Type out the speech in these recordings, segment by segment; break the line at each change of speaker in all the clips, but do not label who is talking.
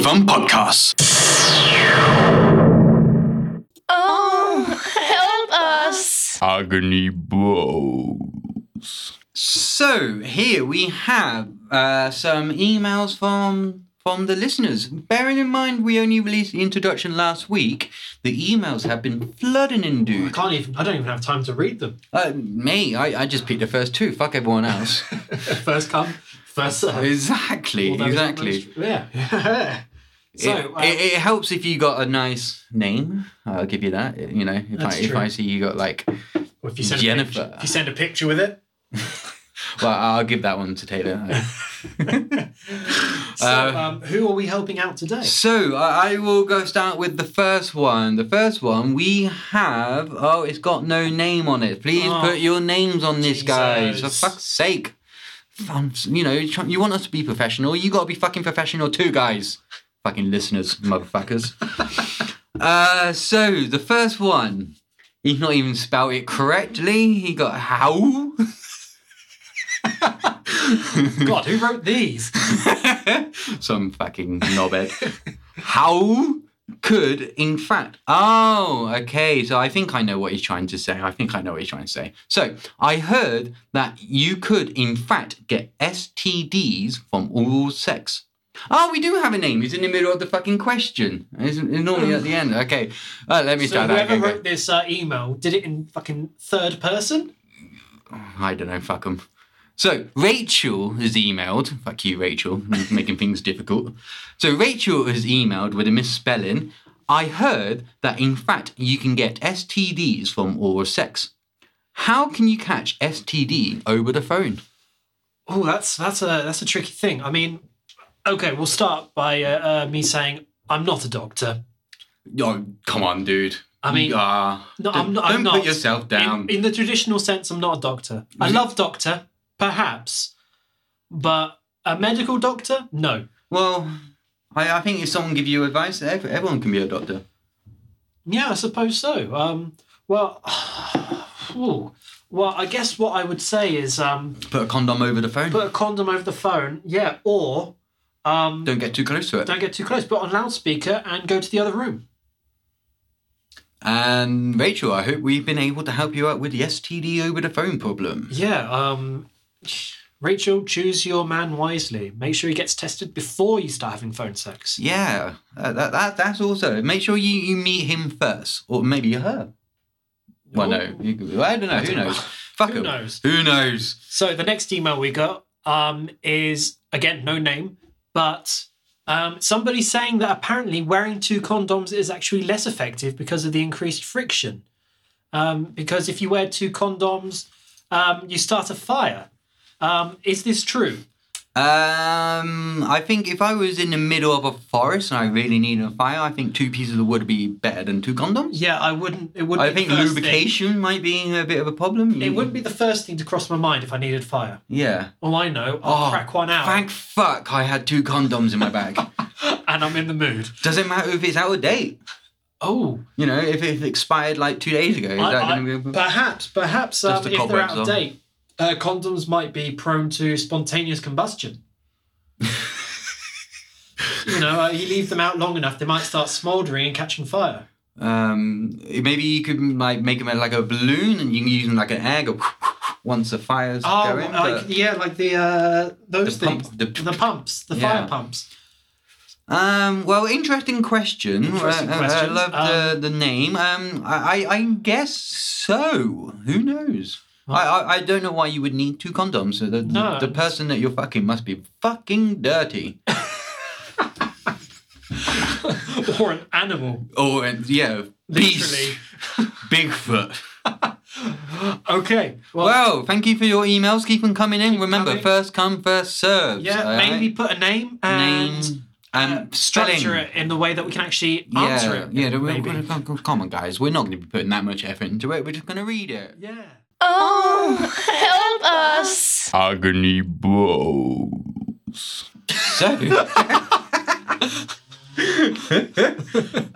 Van Podcast.
Oh, help us.
Agony Bros.
So here we have uh, some emails from from the listeners. Bearing in mind we only released the introduction last week, the emails have been flooding in,
I
dude.
can't even. I don't even have time to read them.
Uh, me, I, I just picked the first two. Fuck everyone else.
First come, first serve.
exactly,
Although it's not
exactly.
much- Yeah.
It,
so uh,
it, it helps if you got a nice name. I'll give you that. You know, if I
That's
if
true.
I see you got like,
if you send
Jennifer.
a picture, if you send a picture with it.
well, I'll give that one to Taylor.
So,
Uh,
um, who are we helping out today?
So I I will go start with the first one. The first one we have. Oh, it's got no name on it. Please
Oh,
put your names on this, guys. For
Jesus.
fuck's sake. Um, you know, tr- you want us to be professional. You got to be fucking professional too, guys. Fucking listeners, motherfuckers. uh, so the first one, he's not even spelled it correctly. He got how.
God, who wrote these?
Some fucking knobhead. How could, in fact, oh, okay. So I think I know what he's trying to say. I think I know what he's trying to say. So I heard that you could, in fact, get STDs from oral sex. Oh, we do have a name. It's in the middle of the fucking question. It's it's normally at the end. Okay, uh, let me
So
start that
whoever
again.
wrote this uh, email did it in fucking third person.
I don't know, fuck 'em. So, Rachel has emailed. Fuck you, Rachel, making things difficult. So, Rachel has emailed with a misspelling. I heard that in fact you can get STDs from oral sex. How can you catch STD over the phone?
Oh, that's that's a that's a tricky thing. I mean, okay, we'll start by uh, uh, me saying I'm not a doctor.
Oh, come on, dude.
I mean,
You are-
no,
don't,
I'm not- I'm
don't put
not.
yourself
In-
down.
In, the traditional sense, I'm not a doctor. I
You-
love doctor, perhaps, but a medical doctor, no.
well, I, I think if someone give you advice, ev- everyone can be a doctor.
Yeah, I suppose so. Um, well, ooh. well, I guess what I would say is um,
Put a condom over the phone.
put a condom over the phone, yeah, or um,
don't get too close to it.
don't get too close, put on loudspeaker and go to the other room.
And Rachel, I hope we've been able to help you out with the STD over the phone problem.
Yeah, um, Rachel, choose your man wisely. Make sure he gets tested before you start having phone sex.
Yeah, uh, that, that that's also. Make sure you, you meet him first, or maybe her. Well, no,
Ooh.
you, I don't know. Who knows? Fuck
Who
'em.
knows?
Who knows?
So the next email we got um, is again no name, but um, somebody saying that apparently wearing two condoms is actually less effective because of the increased friction. Um, because if you wear two condoms, um, you start a fire. Um, is this true?
Um, I think if I was in the middle of a forest and I really needed a fire, I think two pieces of wood would be better than two condoms.
Yeah, I wouldn't. It wouldn't.
I
be the
think
first thing-
lubrication might be a bit of a problem.
It wouldn't be the first thing to cross my mind if I needed fire.
Yeah.
All I know, I'll crack one out,
Oh, Thank fuck I had two condoms in my bag.
and I'm in the mood.
Doesn't matter if it's out of date.
Oh,
You know, if it expired like two days ago, is
I-
that
I-
going to be?
perhaps, perhaps
Just
um,
the
if they're
cobwebs
out of
on.
date, uh, condoms might be prone to spontaneous combustion. you know, uh, you leave them out long enough, they might start smouldering and catching fire.
Um, maybe you could like make them like a balloon, and you can use them like an egg. Or once the fire's
Oh,
going,
like,
but-
yeah, like the uh, those
The pump-
things,
the-
the, pumps, the
Yeah.
fire pumps.
um, well, interesting question.
Interesting
Uh, uh, I
question.
love the, the name. Um, I, I I guess so. Who knows? I, I, I don't know why you would need two condoms. So the,
No.
the person that you're fucking must be fucking dirty.
or an animal,
Or uh, yeah,
literally.
beast, Bigfoot.
Okay, well,
Well, thank you for your emails. Keep them coming in. Remember,
coming.
first come, first serves.
yeah,
all
maybe
right?
put a name and.
uh, name and
uh, structure
spelling.
it in the way that we can actually answer
Yeah,
it.
yeah. We're,
maybe.
we're, come, come on, guys. We're not going to be putting that much effort into it. We're just going to read it.
yeah.
Oh, help us.
Agony Bros.
So.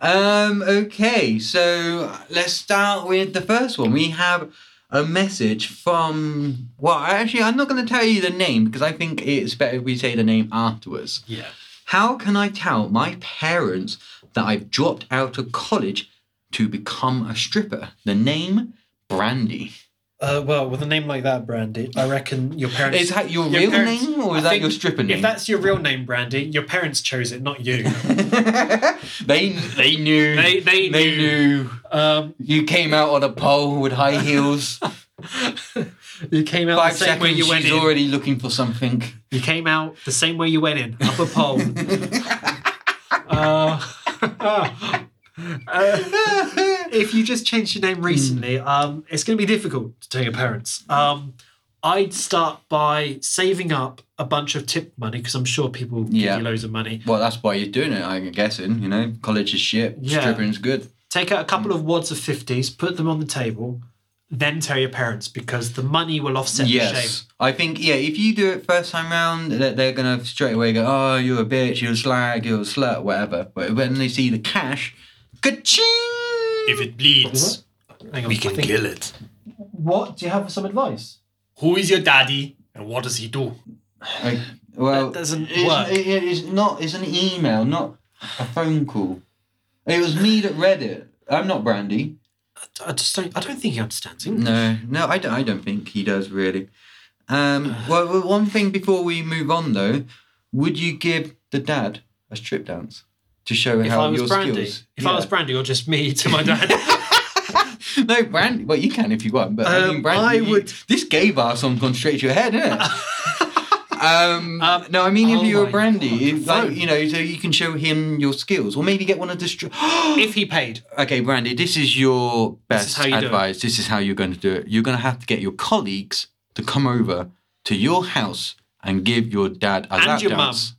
um. Okay. So let's start with the first one. We have a message from. Well, actually, I'm not going to tell you the name because I think it's better if we say the name afterwards.
Yeah.
How can I tell my parents that I've dropped out of college to become a stripper? The name Brandy.
Uh, well, with a name like that, Brandy, I reckon your parents.
Is that your,
Your
real
parents-
name or
I
is that
think
your stripper name?
If that's your real name, Brandy, your parents chose it, not you.
they they knew.
They- they knew.
knew.
um,
You came out on a pole with high heels.
you came out
Five
the same way
seconds.
you went
She's
in.
already looking for something.
You came out the same way you went in, up a pole. uh, uh, if you just changed your name recently,
Hmm.
um, it's going to be difficult to tell your parents. Um, I'd start by saving up a bunch of tip money because I'm sure people
Yeah.
give you loads of money.
well, that's why you're doing it. I'm guessing. You know, college is shit.
Yeah.
Stripping's good.
Take out a couple of wads of 50s, put them on the table, then tell your parents because the money will offset the shame.
Yes, I think yeah. If you do it first time round, they're, they're gonna straight away go, "Oh, you're a bitch, you're a slag, you're a slut, whatever." But when they see the cash, ka-ching!
If it bleeds,
Hang on,
we
I
can
think-
kill it.
What? Do you have some advice?
Who is your daddy and what does he do?
Like, well,
That doesn't
it's,
work.
it- it- it's not. It's an email, not a phone call. It was me that read it. I'm not Brandy.
I just don't. I don't think he understands English.
No, no, I don't. I don't think he does really. Um, well, well, one thing before we move on though, would you give the dad a strip dance to show
If
how
I was
your
Brandy,
skills?
if
Yeah.
I was Brandy, or just me to my dad,
No, Brandy. Well, you can if you want, but I
Um,
mean, Brandy.
I
you-
would-
this gay bar song gone straight to your head, isn't it? um,
Um,
no, I mean,
oh
if you were
my
Brandy,
God,
if, like,
phone.
you know, so you can show him your skills, or maybe get one of the. Stri-
if he paid,
okay, Brandy, this is your
is
best
how you do it.
advice. This is how you're going to do it. You're going to have to get your colleagues to come over to your house and give your dad a
And
lap
your mum.
dance.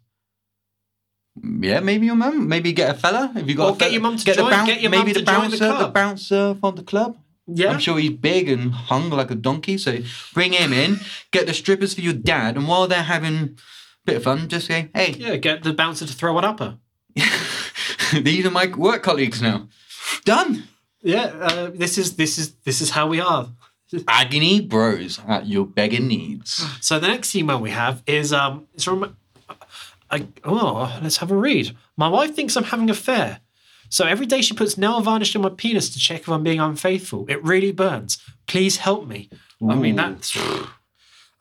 Yeah, maybe your mum. Maybe get a fella. If you got
Or
a
get
fella-
your mum to
the
join- get your
maybe
mum
the
to join
bouncer,
the
the
club.
bouncer from the club.
yeah,
I'm sure he's big and hung like a donkey. So bring him in, get the strippers for your dad, and while they're having a bit of fun, just say, hey,
yeah, get the bouncer to throw one upper.
these are my work colleagues now. Done.
Yeah, uh, this is this is this is how we are.
Agony bros at your beggar needs.
So the next email we have is um, it's from, I, oh, let's have a read. My wife thinks I'm having an affair, so every day she puts nail varnish on my penis to check if I'm being unfaithful. It really burns. Please help me. I mean
Ooh.
that's,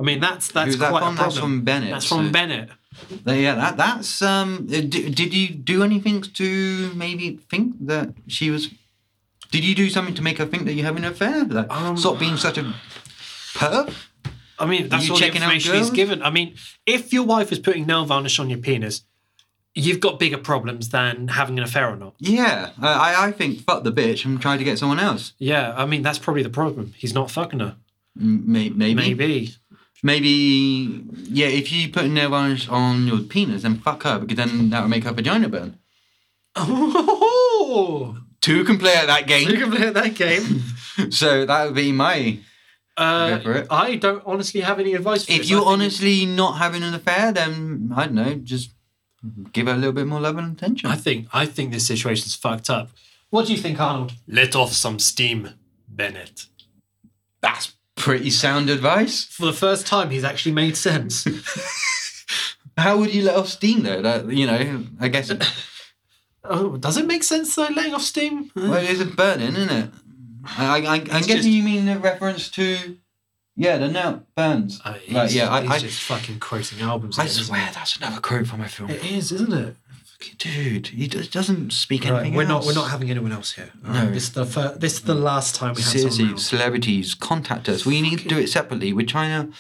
I mean that's that's
Who's that
quite
from?
a problem.
That's from Bennett,
That's from
so-
Bennett.
Yeah, that that's um. d- Did you do anything to maybe think that she was? Did you do something to make her think that you're having an affair? Like,
Um,
stop being such a perv.
I mean, that's
you
all the
checking out
information he's
girls?
given. I mean, if your wife is putting nail varnish on your penis, you've got bigger problems than having an affair or not.
Yeah, I I- I think fuck the bitch and try to get someone else.
Yeah, I mean, that's probably the problem. He's not fucking her.
M- may-
Maybe.
Maybe, yeah, if you put nail varnish on your penis, then fuck her, because then that would make her vagina burn.
Oh,
Two can play at that
you
game.
can play that game.
So that would be my.
Uh,
Go for it.
I don't honestly have any advice for
If
this.
you're
I think it's-
honestly not having an affair, then I don't know, just give her a little bit more love and attention.
I think I think this situation's fucked up. What do you think, Arnold?
Let off some steam, Bennett.
That's pretty sound advice.
For the first time, he's actually made sense.
How would you let off steam though? That you know, I guess it,
oh, does it make sense though? Letting off steam. Uh,
well, it is a burning, isn't it? I, I, I, I'm guessing
just-
you mean the reference to, yeah, the nail burns.
Uh, he's
like, yeah,
he's
I, I,
just fucking quoting albums.
I
again, isn't he?
swear that's another quote from a film.
It is, isn't it?
Dude, he does, doesn't speak
Right,
anything
we're
else.
not. We're not having anyone else here.
No.
Alright, This is the fir- this is the last time we have
Seriously,
someone else.
celebrities contact us. We need to do it separately. We're trying to.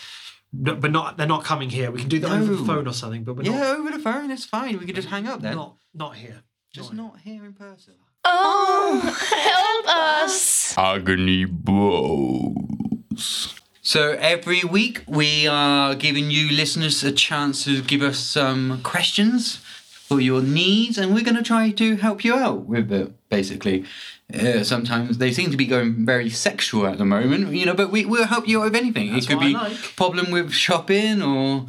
No, but not. They're not coming here. We can do that over
No.
the phone or something. But we're
Yeah, over the phone, it's fine. We could just hang up
not.
then.
Not not here.
just not here in person.
Oh, help us.
Agony Bros.
So every week we are giving you listeners a chance to give us some questions for your needs, and we're going to try to help you out with it. Basically, uh, sometimes they seem to be going very sexual at the moment, you know. But we will help you out with anything. it could
what I
be
like.
problem with shopping, or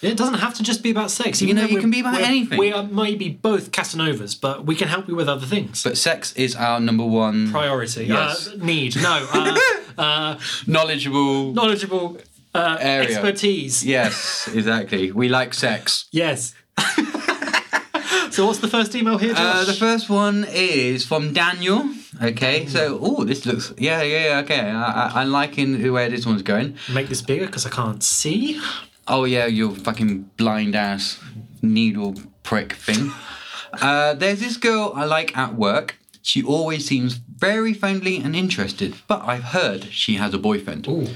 It doesn't have to just be about sex.
You
even
know,
though
you can
we're-
be about
we're-
anything.
We are maybe both Casanovas, but we can help you with other things.
but sex is our number one
Priority.
Yes.
Uh, need. No. Uh, uh,
knowledgeable.
knowledgeable. Uh,
Area.
expertise.
yes, exactly. We like sex.
Yes. So what's the first email here,
Uh,
Josh?
the first one is from Daniel. Okay, so oh, this looks yeah, yeah, yeah. Okay, I, I, I'm liking where this one's going.
Make this bigger because I can't see.
Oh yeah, your fucking blind ass needle prick thing. Uh, there's this girl I like at work. She always seems very friendly and interested, but I've heard she has a boyfriend.
Ooh.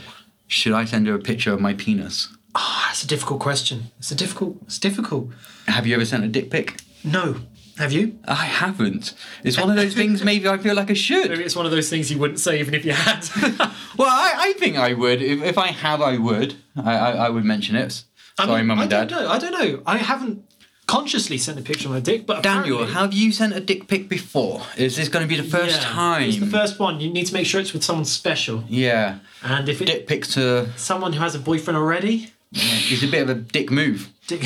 Should I send her a picture of my penis?
Ah, that's a difficult question. It's a difficult. It's difficult.
Have you ever sent a dick pic?
No. Have you?
I haven't. It's one of those things. Maybe I feel like I should.
Maybe it's one of those things you wouldn't say even if you had.
Well, I, I think I would. If, if I have, I would. I, I, I would mention it. Sorry,
I mean,
mum and
I
dad.
Don't know. I don't know. I haven't consciously sent a picture of my dick, but
Daniel,
apparently-
have you sent a dick pic before? Is this going to be the first
Yeah.
time?
It's the first one. You need to make sure it's with someone special.
yeah.
And if it's
Dick pic to
someone who has a boyfriend already,
It's a bit of a dick move.
dick.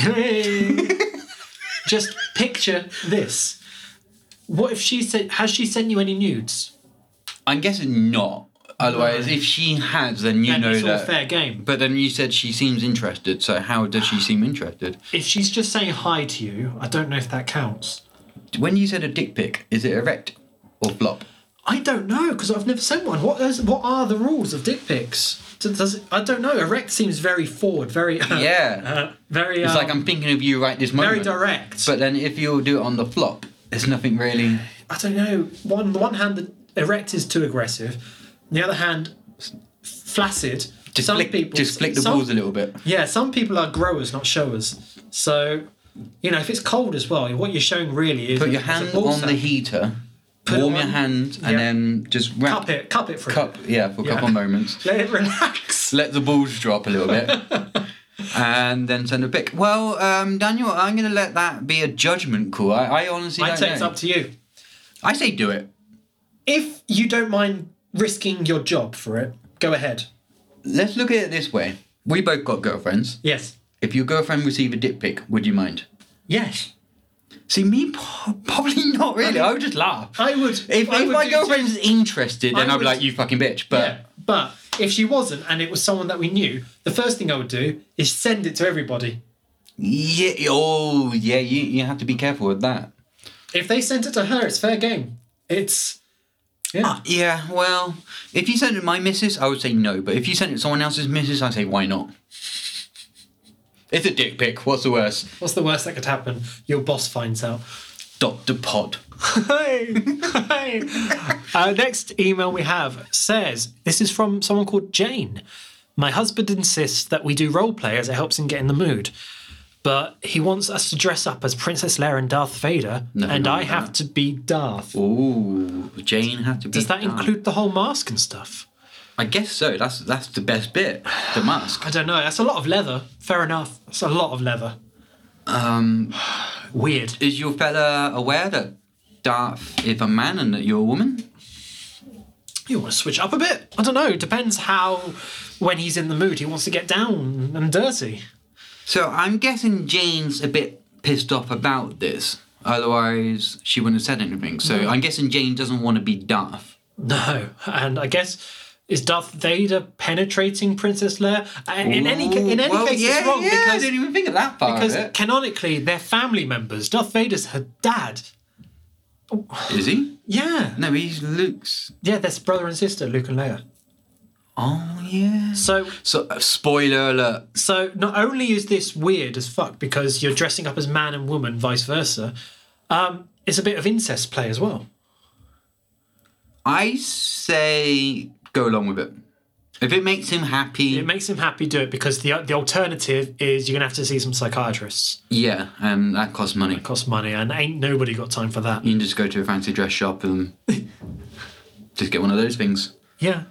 just picture this. What if she said? Has she sent you any nudes?
I'm guessing not. Otherwise, if she has, then you
And
know
it's all
that.
fair game.
But then you said she seems interested. So how does she seem interested?
If she's just saying hi to you, I don't know if that counts.
When you said a dick pic, is it erect or flop?
I don't know because I've never sent one. What is, what are the rules of dick pics? Does, does it, I don't know. Erect seems very forward, very
Yeah.
uh, very.
It's
um,
like I'm thinking of you right this moment.
very direct.
But then if you do it on the flop, there's nothing really.
I don't know. One, on the one hand, the erect is too aggressive. On the other hand, flaccid.
Just
some
flick,
people
just flick the
some-
balls a little bit.
Yeah, some people are growers, not showers. So, you know, if it's cold as well, what you're showing really is
Put
a-
your
is a
hand
ball
on the
sack.
heater,
Put it
warm your
on.
hand, and
Yeah.
then just wrap.
Cup it, cup it for a
Cup,
bit.
yeah, for a
Yeah.
couple of moments.
Let it relax.
let the balls drop a little bit and then send a pic. Well, um, Daniel, I'm going to let that be a judgment call. I, I honestly
I'd
don't
say
know.
it's up to you.
I say do it.
If you don't mind risking your job for it, go ahead.
Let's look at it this way. We both got girlfriends.
Yes.
If your girlfriend received a dick pic, would you mind?
Yes.
See, me po- probably not really. I would just laugh.
I would.
If,
I
if
would
my
do
girlfriend's interested, then
I
I'd be
would-
like, you fucking bitch. But
Yeah, but if she wasn't and it was someone that we knew, the first thing I would do is send it to everybody.
yeah, oh, yeah, you, you have to be careful with that.
If they sent it to her, it's fair game. It's yeah.
Yeah, well, if you sent it my missus, I would say no. But if you sent it someone else's missus, I'd say why not? It's a dick pic. What's the worst?
What's the worst that could happen? Your boss finds out.
Doctor Pod.
Hey, hey. Our next email we have says this is from someone called Jane. My husband insists that we do role play as it helps him get in the mood, but he wants us to dress up as Princess Leia and Darth Vader,
Nothing
and
wrong
I
with
have
that.
to be Darth.
Ooh, Jane had to be.
Does that
done.
include the whole mask and stuff?
I guess so. That's that's the best bit. The mask.
I don't know. That's a lot of leather. Fair enough. That's a lot of leather.
Um,
Weird.
is your fella aware that Darth is a man and that you're a woman?
You want to switch up a bit? I don't know. Depends how, when he's in the mood, he wants to get down and dirty.
So I'm guessing Jane's a bit pissed off about this. Otherwise, she wouldn't have said anything. So
Mm-hmm.
I'm guessing Jane doesn't want to be Darth.
No. And I guess is Darth Vader penetrating Princess Leia? And in any ca- in any
Well,
case,
yeah,
it's wrong
yeah, I
because.
didn't even think of that part.
Because
of it.
canonically, they're family members. Darth Vader's her dad.
Is he?
Yeah.
No, he's Luke's.
Yeah, that's brother and sister, Luke and Leia.
Oh yeah.
So
So uh, spoiler alert.
So not only is this weird as fuck because you're dressing up as man and woman, vice versa, um, it's a bit of incest play as well.
I say go along with it. If it makes him happy,
It makes him happy, do it because the the alternative is you're gonna have to see some psychiatrists,
yeah, and that costs money.
cost money, and ain't nobody got time for that.
You can just go to a fancy dress shop and just get one of those things.
Yeah,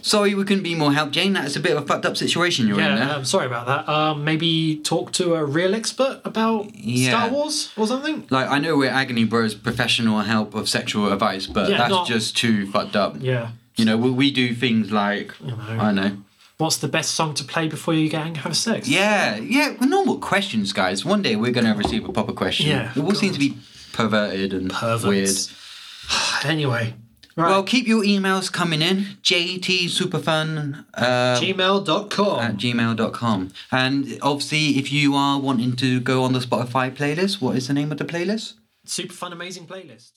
Sorry, we couldn't be more help, Jane. That's a bit of a fucked up situation you're in
yeah.
there.
I'm sorry about that. Um, maybe talk to a real expert about
Yeah.
Star Wars or something.
Like I know we're Agony Bros professional help of sexual advice, but
Yeah,
that's
not-
just too fucked up.
Yeah.
You know, we, we do things like I don't know.
What's the best song to play before you go and have sex?
Yeah, yeah. Well, normal questions, guys. One day we're going to receive a proper question.
Yeah,
It all seems to
God.
be perverted and
Perverts. Anyway, Right.
Well, keep your emails coming in. JTSuperfun uh,
Gmail.com.
at gmail.com. And obviously, if you are wanting to go on the Spotify playlist, what is the name of the playlist?
Super fun, amazing playlist.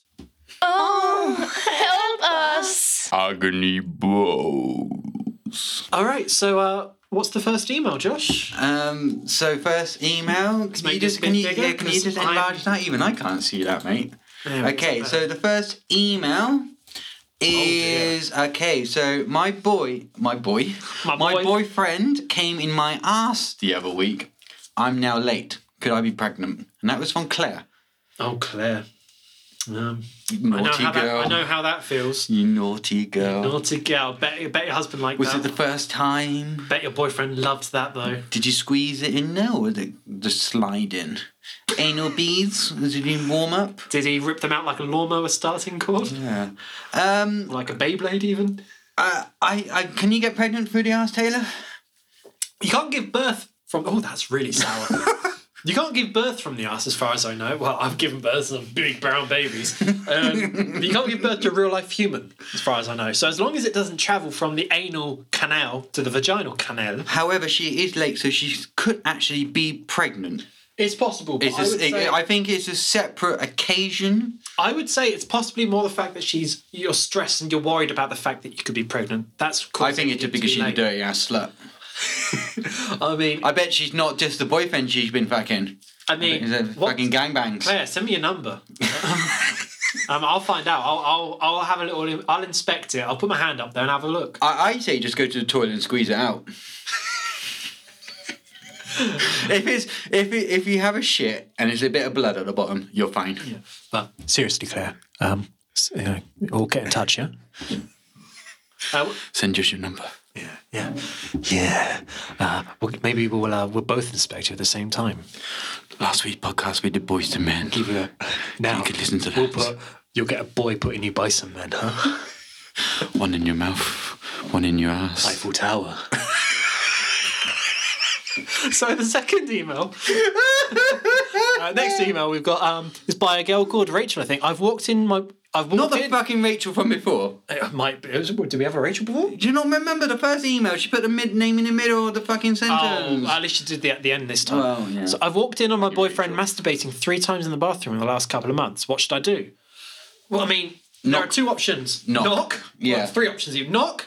Help us.
Agony Bros.
All right. So, uh, what's the first email, Josh?
Um, so first email. Can
make
you
this
just
a bit
can you,
bigger,
yeah, can you
'cause
just
I'm-
enlarge that? Even I can't see that, mate.
Yeah,
okay,
it's Oh,
so the first email is okay. So my boy, my boy,
My boy.
boyfriend came in my ass the other week. I'm now late. Could I be pregnant? And that was from Claire.
Oh, Claire. Um, I, know
Naughty
how that,
girl.
I know how that feels.
You naughty girl.
Naughty gal. Bet, bet your husband liked
was
that.
it the first time?
Bet your boyfriend loved that though.
Did you squeeze it in there or did it just slide in? Anal beads? Was it in warm up?
Did he rip them out like a lawnmower starting cord?
Yeah. Um,
Like a Beyblade even?
I, I, I, can you get pregnant through the ass, Taylor?
You can't give birth from. Oh, that's really sour. you can't give birth from the ass, as far as I know. Well, I've given birth to some big brown babies. Um, but you can't give birth to a real life human, as far as I know. So as long as it doesn't travel from the anal canal to the vaginal canal,
However, she is late, so she could actually be pregnant.
it's possible. But
It's
I,
a-
would say,
I think it's a separate occasion.
I would say it's possibly more the fact that she's you're stressed and you're worried about the fact that you could be pregnant. That's
I think
causing
it's just
it to
because
be
she's a
late.
dirty ass slut.
I mean, I,
I bet she's not just the boyfriend she's been fucking.
mean,
It's a
what-
fucking gangbangs.
Claire, send me your number. um, I'll find out. I'll, I'll, I'll have a little. I'll inspect it. I'll put my hand up there and have a look.
I, I say just go to the toilet and squeeze it out. if it's if it, if you have a shit and there's a bit of blood at the bottom, you're fine.
But seriously, Claire, um, all get in touch, yeah. Uh,
Send us your number.
yeah, yeah. Uh, we'll- maybe we'll uh, we'll both inspect you at the same time.
Last week's podcast we did boys to men.
Keep it up. Now
You could listen to
We'll
that.
put, you'll get a boy putting you by some men, huh?
One in your mouth, one in your ass.
Eiffel Tower. so the second email. Uh, next email we've got um is by a girl called Rachel. I think I've walked in my. I've walked
Not the
in.
fucking Rachel from before.
it might be. it was- Did we have a Rachel before?
Do you not remember the first email? She put the mid- name in the middle of the fucking
Oh,
sentence.
at least you did the at the end this time.
Well, yeah.
So I've walked in on my boyfriend masturbating three times in the bathroom in the last couple of months. What should I do? Well, I mean, there
Knock.
are two options.
Knock. Yeah.
Well, three options. You knock.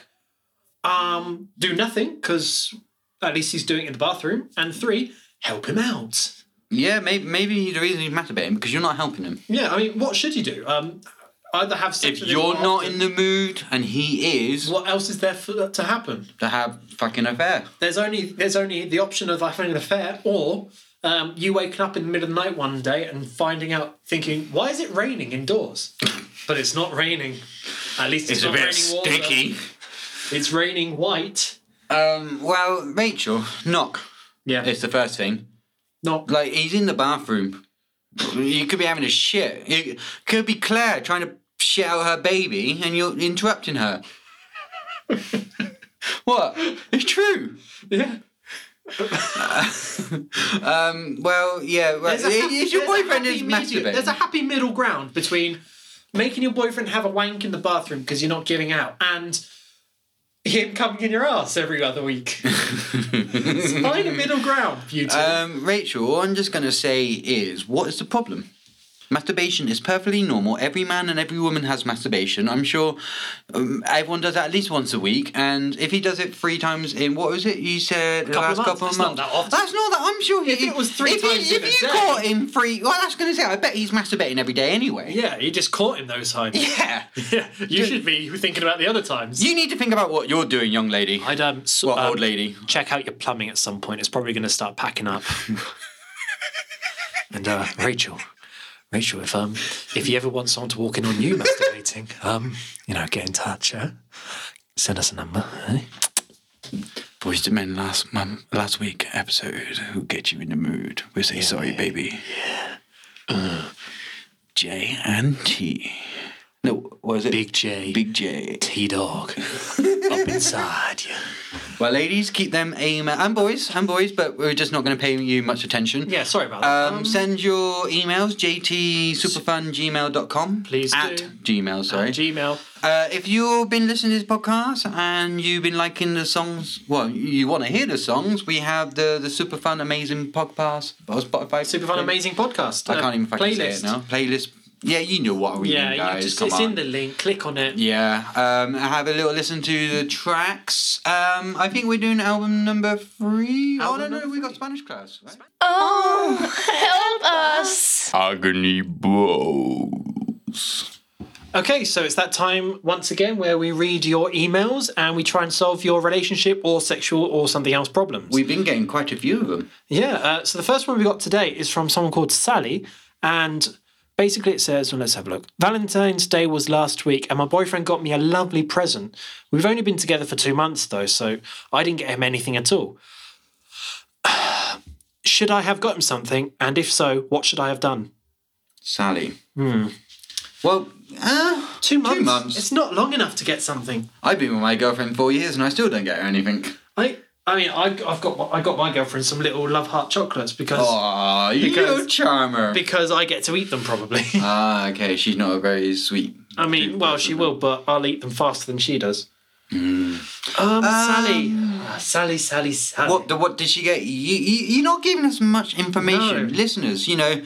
Um, do nothing because at least he's doing it in the bathroom. And three, help him out.
yeah, maybe, maybe the reason he's mad about him because you're not helping him.
Yeah, I mean, what should you do? Um, either have sex.
If
with him
you're
or
not
after-
in the mood and he is,
what else is there for that to happen?
to have fucking affair.
There's only there's only the option of having an affair, or um, you waking up in the middle of the night one day and finding out, thinking, why is it raining indoors? but it's not raining. At least it's, not raining water. It's raining white.
Um, well, Rachel, knock.
Yeah,
It's the first thing.
not.
Like he's in the bathroom. You could be having a shit. It could be Claire trying to shit out her baby, and you're interrupting her. what? It's true.
Yeah.
Um, well, yeah. Well,
There's a hap-
it's your
there's a
boyfriend
happy
is
medium-
masturbating.
There's a happy middle ground between making your boyfriend have a wank in the bathroom because you're not giving out and him coming in your ass every other week. Find a middle ground, you two.
Um, Rachel, all I'm just going to say is, what is the problem? Masturbation is perfectly normal. Every man and every woman has masturbation. I'm sure um, everyone does that at least once a week. And if he does it three times in what was it you said the
Couple of
last couple of
months. It's not
months?
that often.
That's not that. I'm sure he,
If it was three
if
times
He,
in a
if you
day.
caught him three, well, that's going to say. I bet he's masturbating every day anyway.
yeah, you just caught him those times.
Yeah.
Yeah, you should be thinking about the other times.
You need to think about what you're doing, young lady.
I'd um, s-
Well,
um,
old lady.
check out your plumbing at some point. It's probably going to start packing up. and uh, Rachel, Rachel, if um, if you ever want someone to walk in on you masturbating, um, you know, get in touch. Yeah? Send us a number. eh?
Boys to Men last month, last week episode who get you in the mood. We say sorry, baby. Yeah. J and T. No, what is it?
Big J,
Big J.
T dog, up inside you.
Well, ladies, keep them email and boys and boys, but we're just not going to pay you much attention.
Yeah, sorry about that.
Um, send your emails, jtsuperfungmail.com.
Please
At
do.
Gmail, sorry.
And Um, Gmail.
Uh, if you've been listening to this podcast and you've been liking the songs, well, you want to hear the songs, we have the, the Super Fun Amazing Podcast on Spotify.
Super fun, amazing podcast.
I
uh,
can't even fucking say it now. Playlist. Yeah, you know what we
Yeah,
mean,
you
guys.
just,
Come
it's
on.
in the link. Click on it.
Yeah, um, have a little listen to the tracks. Um, I think we're doing album number three.
Album
oh no, no,
number
we got Spanish class. Right?
Oh, help us.
Agony Bros.
Okay, so it's that time once again where we read your emails and we try and solve your relationship or sexual or something else problems.
We've been getting quite a few of them.
Yeah, uh, so the first one we got today is from someone called Sally, and basically it says, well, let's have a look. Valentine's Day was last week, and my boyfriend got me a lovely present. We've only been together for two months, though, so I didn't get him anything at all. should I have got him something? And if so, what should I have done?
Sally. Well, uh,
Hmm. Two months.
months.
It's not long enough to get something.
I've been with my girlfriend four years and I still don't get her anything.
I, I mean, I, I've got my, I got my girlfriend some little love heart chocolates because
Aw, you're a
Because-
charmer.
because I get to eat them probably.
Ah, okay, she's not a very sweet.
I mean, well, she will, but I'll eat them faster than she does. Um, Sally, Ah, Sally, Sally, Sally.
What the, what did she get? You, you, you're not giving us much information,
No.
listeners. You know,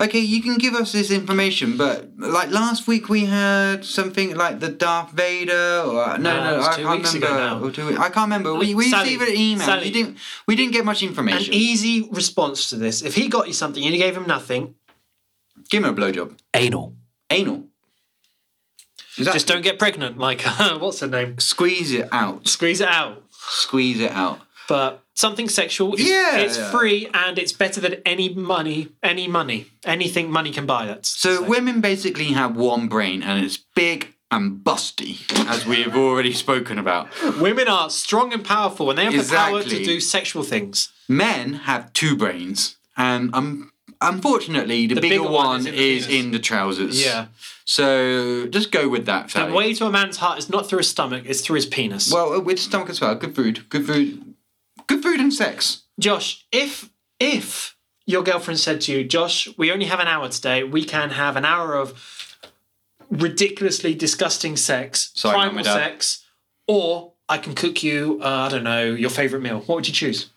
okay, you can give us this information, but like last week we had something like the Darth Vader, or uh, no,
No,
no,
it was
I
two
can't
weeks ago
remember.
now.
Or two, we- I can't remember. We we
Sally,
received an email.
Sally.
We didn't we didn't get much
An e-
information.
easy response to this: if he got you something and you gave him nothing,
Give him a blowjob.
anal.
Anal. Is that-
Just don't get pregnant. Like, what's her name?
squeeze it out.
Squeeze it out.
Squeeze it out.
But something sexual. Is,
Yeah,
it's
yeah.
free and it's better than any money, any money, anything money can buy. That's
So women basically have one brain, and it's big and busty, as we have already spoken about.
women are strong and powerful, and they have the power
Exactly.
to do sexual things.
men have two brains, and um, unfortunately, the, bigger,
bigger
one,
one is in the
is
penis.
in the trousers.
Yeah.
So just go with that.
The
Sally.
way to a man's heart is not through his stomach; it's through his penis.
well, uh, with stomach as well. Good food. Good food. Good food and sex.
Josh, if if your girlfriend said to you, Josh, we only have an hour today, we can have an hour of ridiculously disgusting sex,
Sorry, Mum
primal
and Dad.
sex, or I can cook you, uh, I don't know, your favourite meal. What would you choose?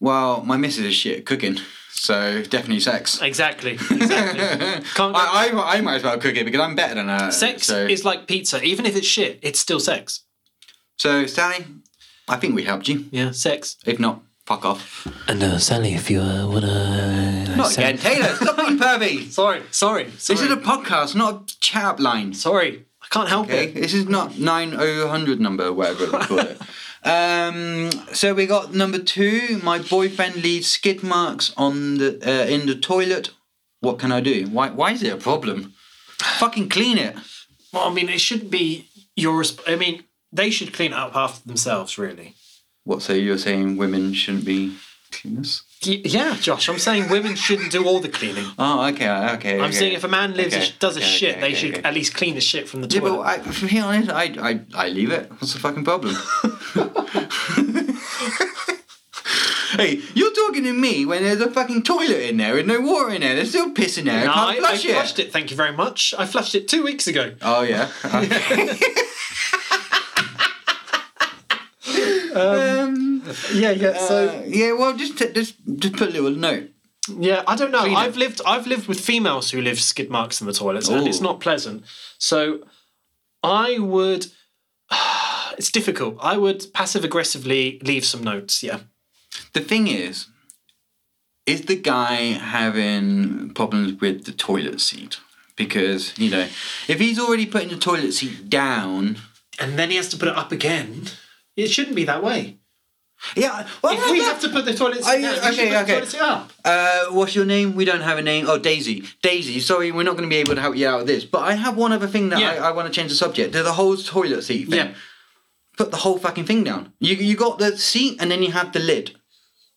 Well, my missus is shit at cooking, so definitely sex.
Exactly. Exactly. Can't go-
I, I, I might as well cook it because I'm better than her.
sex
so,
is like pizza. Even if it's shit, it's still sex.
so Sally, I think we helped you.
Yeah, sex.
If not, fuck off.
And uh, Sally, if you uh, wanna.
Not again, Taylor. Stop being pervy.
Sorry, sorry, sorry.
This is a podcast, not a chat up line.
sorry. I can't help
Okay,
it.
this is not 9000 number, whatever we call it. Um, so we got number two. My boyfriend leaves skid marks on the uh, in the toilet. What can I do? Why? Why is it a problem? Fucking clean it.
Well, I mean, it should be your. Resp- I mean, they should clean it up after themselves, really.
What? So you're saying women shouldn't be cleaners?
Y- Yeah, Josh, I'm saying women shouldn't do all the cleaning.
Oh, okay, okay.
I'm saying if a man lives a
Okay,
sh- does a
okay,
shit,
okay,
they
okay,
should
okay.
at least clean the shit from the
Yeah,
toilet.
but I, to be honest, I, I, I leave it. What's the fucking problem? hey, you're talking to me when there's a fucking toilet in there with no water in there. There's still piss in there.
No,
I
I,
can't
I
flush it.
flushed it. Thank you very much. I flushed it two weeks ago.
Oh yeah. um,
Yeah, yeah.
uh, yeah, well, just t- just just put a little note.
yeah, I don't know.
Clean it.
I've lived I've lived with females who live skid marks in the toilets, and it's
Ooh.
not pleasant. So, I would. It's difficult. I would passive aggressively leave some notes. Yeah.
The thing is, is the guy having problems with the toilet seat? Because you know, if he's already putting the toilet seat down,
and then he has to put it up again. It shouldn't be that way.
yeah. Well,
If we have to put the toilet
Oh, I-
seat down, we should
okay,
put
okay.
the toilet seat up.
Uh, what's your name? We don't have a name. Oh, Daisy. Daisy, sorry, we're not going to be able to help you out with this. But I have one other thing that
Yeah.
I, I want to change the subject. There's the whole toilet seat thing.
Yeah.
Put the whole fucking thing down. You, you got the seat and then you have the lid.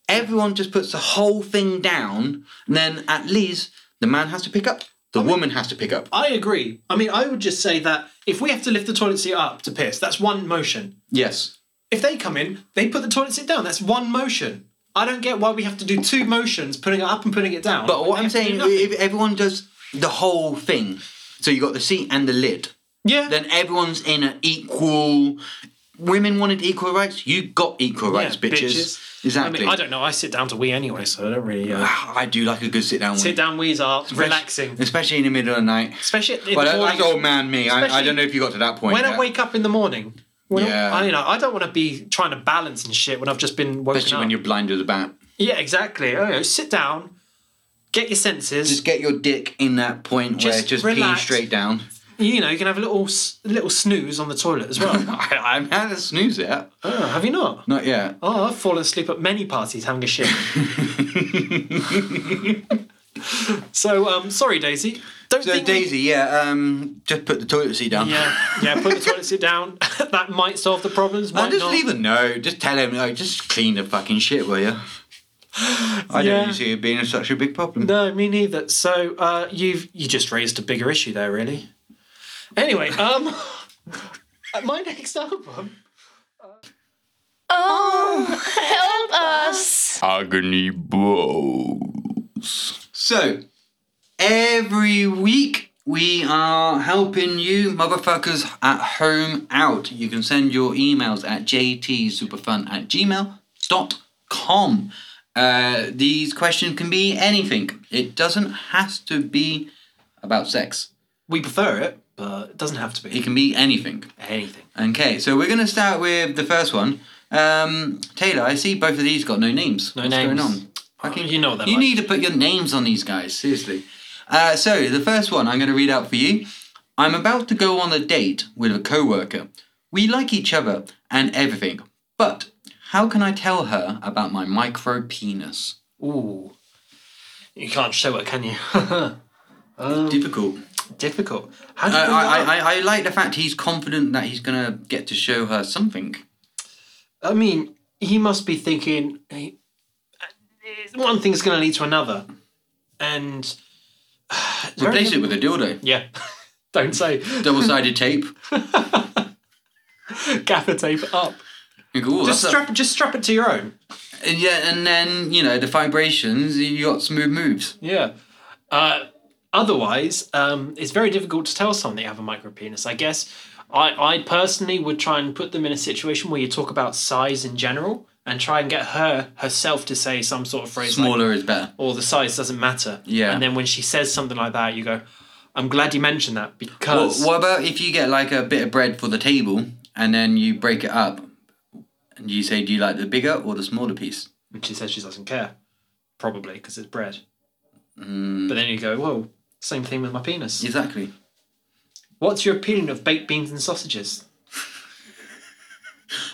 Everyone just puts the whole thing down, and then at least the man has to pick up, the woman has to pick up.
I agree. I mean, I would just say that if we have to lift the toilet seat up to piss, that's one motion.
Yes.
If they come in, they put the toilet seat down. That's one motion. I don't get why we have to do two motions, putting it up and putting it down.
But what I'm
They have to do
saying, if
nothing.
everyone does the whole thing, so you got the seat and the lid,
yeah,
then everyone's in an equal. Women wanted equal rights. You got equal
yeah,
rights, bitches. Exactly.
I mean, I don't know. I sit down to wee anyway, so I don't really uh,
I do like a good sit down.
sit down. Wee's are relaxing,
especially in the middle of the night.
especially in
Well,
the
that-
morning.
that's old man me. I, I
Especially
don't know if you got to that point.
when
yet.
I wake up in the morning, when
Yeah.
I, you know, I don't want to be trying to balance and shit when I've just been woken
especially
up.
when you're blind as a bat.
yeah, exactly. Oh, yeah, sit down, get your senses.
Just get your dick in that point where
Just
it's just peeing
relax.
straight down.
you know, you can have a little s- little snooze on the toilet as well.
I, I haven't had a snooze yet.
oh, have you not?
Not yet.
Oh, I've fallen asleep at many parties having a shit. so, um, sorry, Daisy. Don't
So
think we-
Daisy, yeah, um, just put the toilet seat down.
yeah, yeah. Put the toilet seat down. that might solve the problems. Might
And just
not.
leave a note. Just tell him, like, just clean the fucking shit, will you? I
Yeah.
don't see it being such a big problem.
No, me neither. So uh, you've you just raised a bigger issue there, really. Anyway, um, my next album.
Oh, help us.
Agony Bros. So, every week we are helping you motherfuckers at home out. You can send your emails at jtsuperfun at gmail.com. Uh, these questions can be anything. It doesn't has to be about sex.
We prefer it, but it doesn't have to
It
be
can be anything.
anything.
Okay, so we're going to start with the first one. Um, Taylor, I see both of these got no names.
No
What's
names.
going on? Fucking,
you know what they're
You
like.
need to put your names on these guys, seriously. Uh, so, the first one I'm going to read out for you. I'm about to go on a date with a coworker. We like each other and everything, but how can I tell her about my micro penis?
Ooh, you can't show it, can you?
Difficult.
Difficult. How do
I,
you bring that up?
Uh, I, I, I like the fact he's confident that he's going to get to show her something.
I mean, he must be thinking hey, uh, one thing's going to lead to another, and
Replace it with a dildo.
Yeah, don't say
Double sided tape.
gaffer tape up.
You go, "Ooh,
Just
that's a-
strap, just strap it to your own.
And yeah, and then you know the vibrations. You got smooth moves.
Yeah. Uh, otherwise, um, it's very difficult to tell someone that you have a micro penis. I guess I, I personally would try and put them in a situation where you talk about size in general and try and get her herself to say some sort of phrase like,
Smaller is better.
or the size doesn't matter.
Yeah.
And then when she says something like that, you go, I'm glad you mentioned that
What,
because
what about if you get like a bit of bread for the table and then you break it up, and you say, "Do you like the bigger or the smaller piece?"
And she says she doesn't care, probably because it's bread.
Mm.
But then you go, whoa, same thing with my penis.
Exactly.
What's your opinion of baked beans and sausages?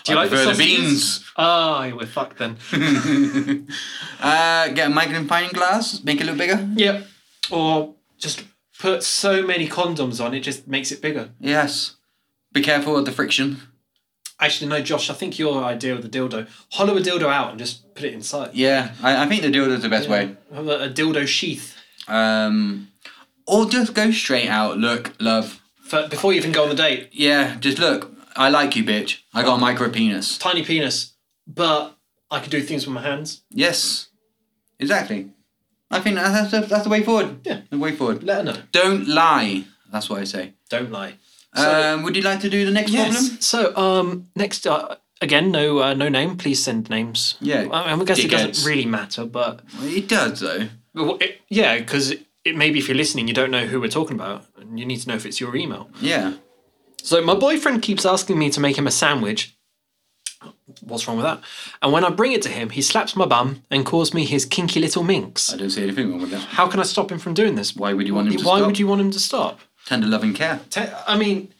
Do you
I
like
prefer the
sausages?
beans.
Ah, we're fucked then.
Uh, get a magnifying glass, make it look bigger.
yep. Or just put so many condoms on it just makes it bigger.
Yes. Be careful of the friction.
Actually, no, Josh, I think your idea of the dildo, hollow a dildo out and just put it inside.
Yeah, I, I think the dildo's the best way.
Have a, a dildo sheath
Um, or just go straight out. Look, love.
for, before you even go on the date.
Yeah, just look. I like you, bitch. I got a micro penis.
Tiny penis, but I can do things with my hands.
Yes, exactly. I think that's that's, that's the way forward.
Yeah.
the way forward.
Let her know.
Don't lie. That's what I say.
Don't lie.
um, would you like to do the next problem?
So, um, next, uh, again, no, uh, no name. Please send names.
Yeah,
I, I guess it
dickheads.
doesn't really matter, but
It does though.
Well, it, yeah, because it, it maybe if you're listening, you don't know who we're talking about, and you need to know if it's your email.
Yeah.
So my boyfriend keeps asking me to make him a sandwich. What's wrong with that? And when I bring it to him, he slaps my bum and calls me his kinky little minx.
I don't see anything wrong with that.
How can I stop him from doing this?
Why would you want him to
Why
stop?
would you want him to stop?
Tender love and care.
Te- I mean,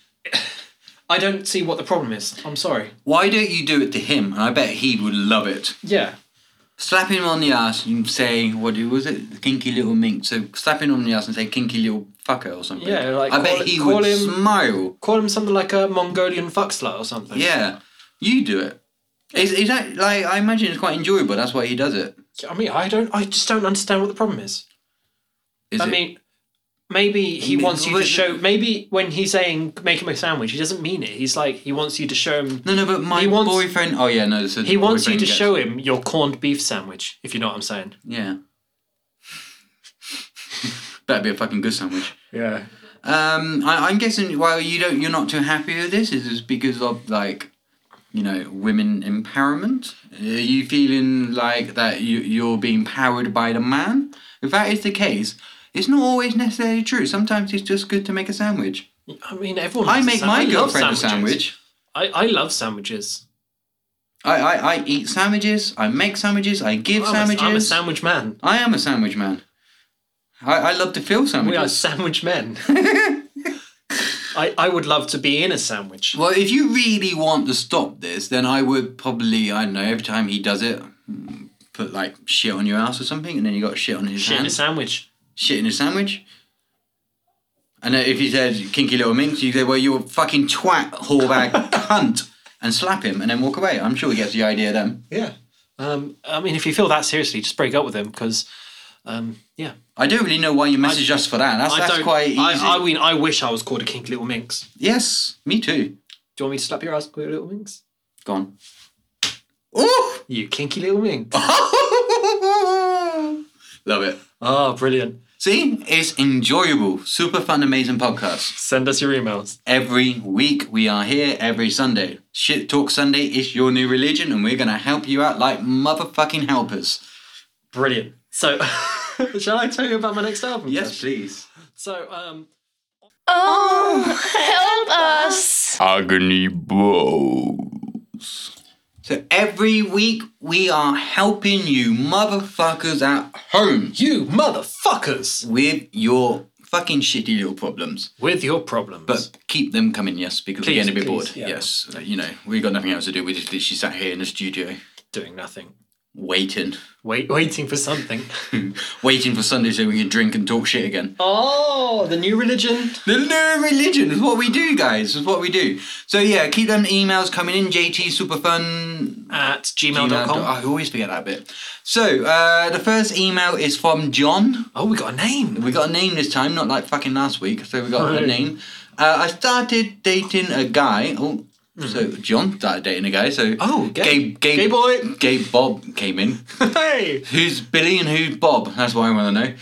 I don't see what the problem is. I'm sorry.
Why don't you do it to him? And I bet he would love it.
Yeah.
Slap him on the ass and say, "What was it? Kinky little mink." So slap him on the ass and say, "Kinky little fucker" or something.
Yeah, like,
I bet
call-
he
call
would
him-
smile.
Call him something like a Mongolian fuck slut or something.
Yeah, you do it. Is is that like I imagine it's quite enjoyable. That's why he does it.
I mean, I don't. I just don't understand what the problem is.
Is
I
it?
mean, maybe he wants you to
But-
show. Maybe when he's saying make him a sandwich, he doesn't mean it. He's like he wants you to show him.
No, no, but my
He wants-
boyfriend. Oh yeah, no. So
He wants you
boyfriend
to
gets-
show him your corned beef sandwich, if you know what I'm saying.
Yeah. That'd be a fucking good sandwich.
Yeah.
Um, I, I'm guessing. Well, you don't. You're not too happy with this. Is this because of like, you know, women empowerment? Are you feeling like that you you're being powered by the man? If that is the case, it's not always necessarily true. Sometimes it's just good to make a sandwich.
I mean, everyone.
I
loves a
make
sa-
my
love
girlfriend a
sandwiches.
sandwich.
I, I love sandwiches.
I, I, I eat sandwiches. I make sandwiches. I give
I'm a-
sandwiches.
I'm a sandwich man.
I am a sandwich man. I, I love to feel
We are
sandwiches.
sandwich men. I, I would love to be in a sandwich.
Well, if you really want to stop this, then I would probably, I don't know, every time he does it, mm, put like shit on your ass or something, and then you got shit on his
Shit in a
hand.
sandwich.
shit in a sandwich. And then if he says kinky little minx, you say, well, you're a fucking twat, whorebag, cunt, and slap him and then walk away. I'm sure he gets the idea then.
Yeah. Um, I mean, if you feel that seriously, just break up with him because, um, yeah.
I don't really know why you messaged us for that. That's,
I
that's
don't-
quite easy.
I, I mean, I wish I was called a kinky little minx.
yes, me too.
Do you want me to slap your ass, kinky little minx?
Gone. Ooh!
You kinky little minx.
Love it.
Oh, brilliant.
See, it's enjoyable, super fun, amazing podcast.
Send us your emails.
Every week we are here every Sunday. Shit Talk Sunday is your new religion, and we're gonna help you out like motherfucking helpers.
Brilliant. So, shall I tell you about my next album? Josh?
please.
So, um,
Oh, help us.
Agony Bros. So every week we are helping you motherfuckers at home
you motherfuckers
with your fucking shitty little problems.
with your problems.
But keep them coming, yes, because
Please,
we're getting a bit
please,
bored.
yeah.
Yes, uh, you know, we've got nothing else to do. We just literally sat here in the studio
doing nothing.
waiting,
Wait, waiting for something.
waiting for Sunday so we can drink and talk shit again.
oh, the new religion.
The new religion is what we do, guys. Is what we do. So yeah, keep them emails coming in. JT Superfun.
At gmail.com.
I always forget that bit. So uh, the first email is from John.
Oh, we got a name.
We got a name this time, not like fucking last week. So we got
Right.
a name. Uh, I started dating a guy. Oh, so John started dating a guy. So
Hmm. Oh,
gay,
gay.
gay,
Gay boy.
gay Bob came in.
hey.
who's Billy and who's Bob? That's what I want to know.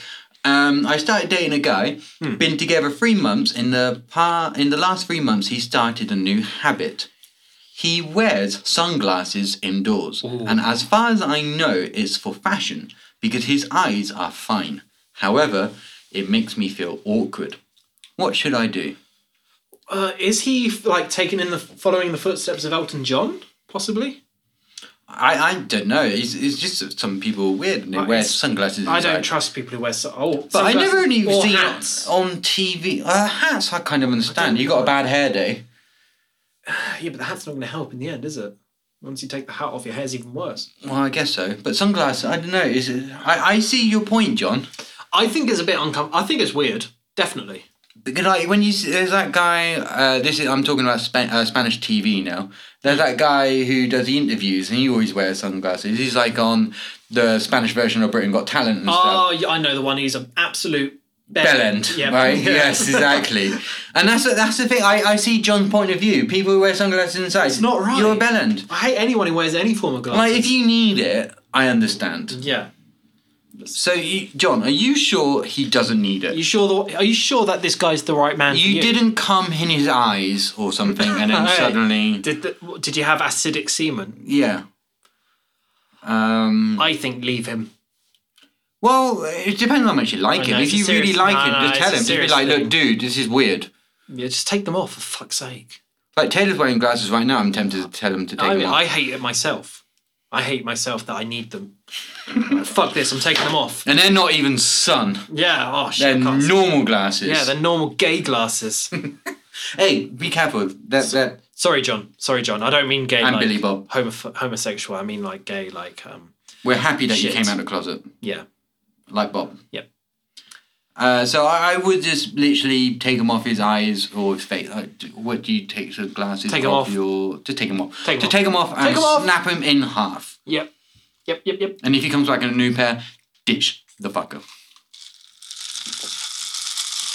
Um, I started dating a guy.
Hmm.
Been together three months. In the par- in the last three months, he started a new habit. He wears sunglasses indoors, and as far as I know, it's for fashion because his eyes are fine. However, it makes me feel awkward. What should I do?
Uh, is he like taking in the following the footsteps of Elton John? Possibly.
I, I don't know. It's, it's just that some people are weird and they
Right,
wear
it's-
sunglasses.
I don't
inside.
trust people who wear so. Oh,
But I never
sunglasses
really
or
seen
hats.
it on TV. Uh, hats, I kind of understand.
don't
You got a bad hair day.
Yeah, but the hat's not going to help in the end, is it? Once you take the hat off, your hair's even worse.
Well, I guess so. But sunglasses, I don't know. Is it, I, I see your point, John.
I think it's a bit uncomfortable. I think it's weird. Definitely.
Because like when you see, there's that guy. Uh, this is I'm talking about Spa- uh, Spanish TV now. There's that guy who does the interviews and he always wears sunglasses. He's like on the Spanish version of Britain Got Talent and stuff.
Oh, yeah, I know the one. He's an absolute bell
bell end, right? Yes, exactly. and that's that's the thing. I, I see John's point of view. People who wear sunglasses inside, it's
not right.
You're a bell end.
I hate anyone who wears any form of glasses.
Like if you need it, I understand.
yeah.
So, you, John, are you sure he doesn't need
Are you
it?
sure? The, are you sure that this guy's the right man? for
You
you
didn't come in his eyes or something, and then
Hey.
suddenly,
Did the, did you have acidic semen?
yeah. Um.
I think leave him.
Well, it depends how much you like
I
him.
know,
if
it's
you
a serious-
really like
Oh, no,
him,
no,
just
it's
tell
a
him. Just be
serious
like,
thing.
look, dude, this is weird.
Yeah, just take them off for fuck's sake.
Like Taylor's wearing glasses right now. I'm tempted to tell him to take
I,
them off.
I hate it myself. I hate myself that I need them. Fuck this! I'm taking them off.
and they're not even sun.
Yeah. Oh shit.
They're
I can't-
normal glasses.
yeah, they're normal gay glasses.
hey, be careful. That that
Sorry, John. Sorry, John. I don't mean gay.
And
like,
Billy Bob.
homoph- homosexual. I mean like gay. Like um.
we're happy that you
Shit.
came out of the closet.
Yeah.
like Bob.
Yep.
Uh, so I, I would just literally take him off his eyes or his face. Like, d- what do you take the glasses
Take 'em
off,
off.
your? Just take him off.
Take 'em
to
off.
take him off and
Take 'em off.
snap him in half.
Yep. Yep. Yep. Yep.
And if he comes back in a new pair, ditch the fucker.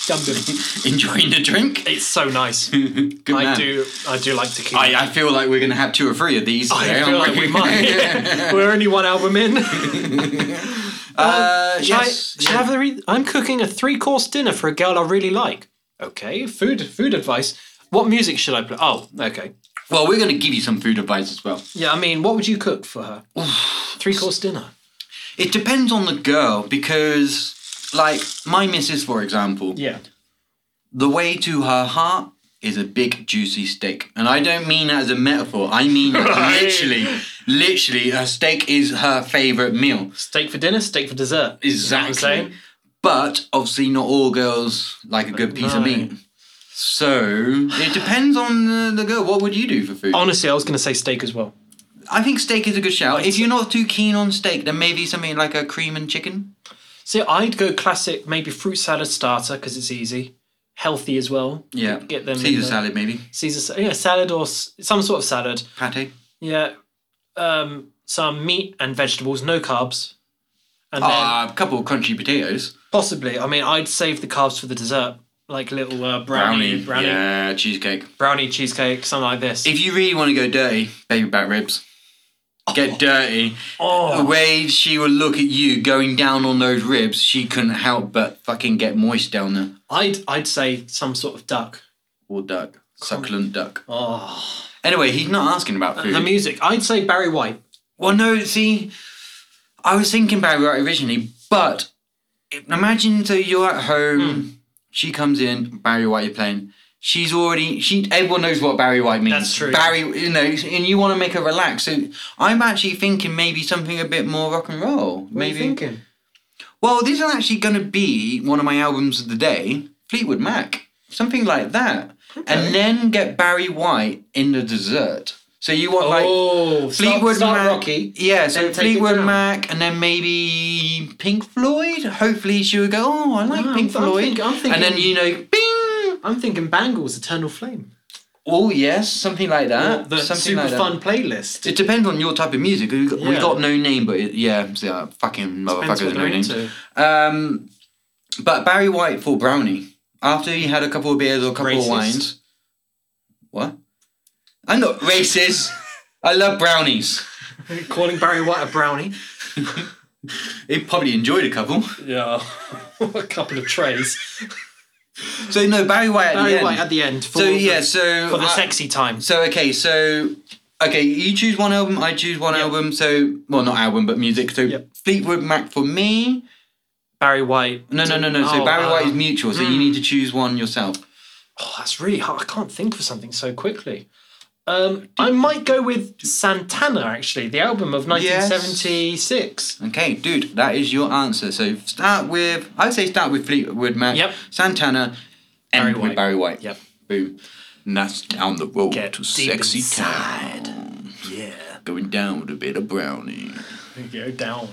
Gundam.
Enjoying the drink.
It's so nice.
Good
I
man.
do. I do like tequila.
I, I feel like we're gonna have two or three of these.
I
today,
feel
aren't
like we might. We're only one album in.
uh,
Um, Shall I-
yes.
shall I have the re- I'm cooking a three course dinner for a girl I really like. Okay, food food advice. What music should I play? Oh, okay.
Well, we're gonna give you some food advice as well.
Yeah, I mean, what would you cook for her? three course dinner.
It depends on the girl because, like my missus, for example,
Yeah.
the way to her heart is a big juicy steak, and I don't mean that as a metaphor. I mean literally, literally, a steak is her favorite meal.
Steak for dinner, steak for dessert.
Exactly.
saying?
but obviously, not all girls like a good piece of
No.
meat. So it depends on the, the girl. What would you do for food?
Honestly, I was going to say steak as well.
I think steak is a good shout. If you're not too keen on steak, then maybe something like a cream and chicken.
See, I'd go classic, maybe fruit salad starter because it's easy, healthy as well.
Yeah,
Get them in
Caesar
the-
salad maybe.
Caesar, sa- yeah, salad or s- some sort of salad.
Pate.
Yeah, um, some meat and vegetables, no carbs, and then
Ah, a couple of crunchy potatoes.
possibly. I mean, I'd save the carbs for the dessert, like little uh, brownie, brownie, brownie,
Yeah, cheesecake.
cheesecake, something like this.
If you really want to go dirty, baby back ribs. Get dirty.
oh,
The way she would look at you going down on those ribs, she couldn't help but fucking get moist down there.
I'd I'd say some sort of duck.
Or duck. Succulent duck.
Oh,
Anyway, he's not asking about food.
the music. I'd say Barry White.
Well, no, see, I was thinking about it originally, but imagine so you're at home,
Hmm.
she comes in, Barry White, you're playing. She's already she. Everyone knows what Barry White means.
That's true.
Barry, you know, and you want to make her relax. So I'm actually thinking maybe something a bit more rock and roll.
What are
maybe.
you thinking?
Well, this is actually going to be one of my albums of the day, Fleetwood Mac, something like that, and then get Barry White in the dessert. So you want like
oh,
Fleetwood
start, start
Mac.
Rocky.
Yeah, so
then take it
Fleetwood
down.
Mac and then maybe Pink Floyd. Hopefully she would go, Oh, I like
No, I'm-
Pink
I'm
Floyd.
think- I'm
and then
thinking-
you know, bing
I'm thinking Bangles, Eternal Flame.
Oh yes, something like that.
the
Uh, something
super
like that.
fun playlist.
It depends on your type of music. We got, we
Yeah.
got no name, but it, yeah, it's, uh, fucking
Depends
motherfuckers
what
no
they're
name.
into.
Um, but Barry White for Brownie. After he had a couple of beers or a couple of
Racist.
wines. What? I'm not racist. I love brownies.
Calling Barry White a brownie.
He probably enjoyed a couple.
Yeah, a couple of trays.
So no, Barry White at the
Barry
end.
White at the end. For
so
the,
yeah, so
for the
I-
sexy times.
So okay, so okay, you choose one album, I choose one album. So well, not album, but music. So
Yep.
Fleetwood Mac for me.
Barry White.
No, no, no, no. so
Oh,
Barry White
uh,
is mutual. So you need to choose one yourself.
Oh, that's really hard. I can't think of something so quickly. Um, I might go with Santana actually, the album of 1976.
Okay, dude, that is your answer. So start with I would say start with Fleetwood Mac.
Yep.
Santana. End
Barry
with
White.
Barry White.
Yep.
Boom. And that's down the road
Get
to
deep
sexy
inside.
town.
Yeah,
Going down with a bit of brownie.
go down.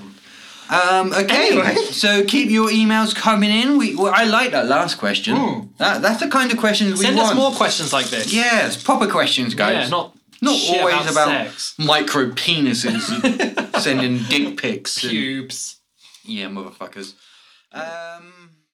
Um, okay,
Anyway.
so keep your emails coming in. We, well, I like that last question.
Mm.
That, that's the kind of questions we
Send
want.
us more questions like this.
Yes, proper questions, guys.
yeah not
Not
shit
always
about,
about,
sex.
micro penises and sending dick pics. and-
Pubes.
yeah, motherfuckers. Um,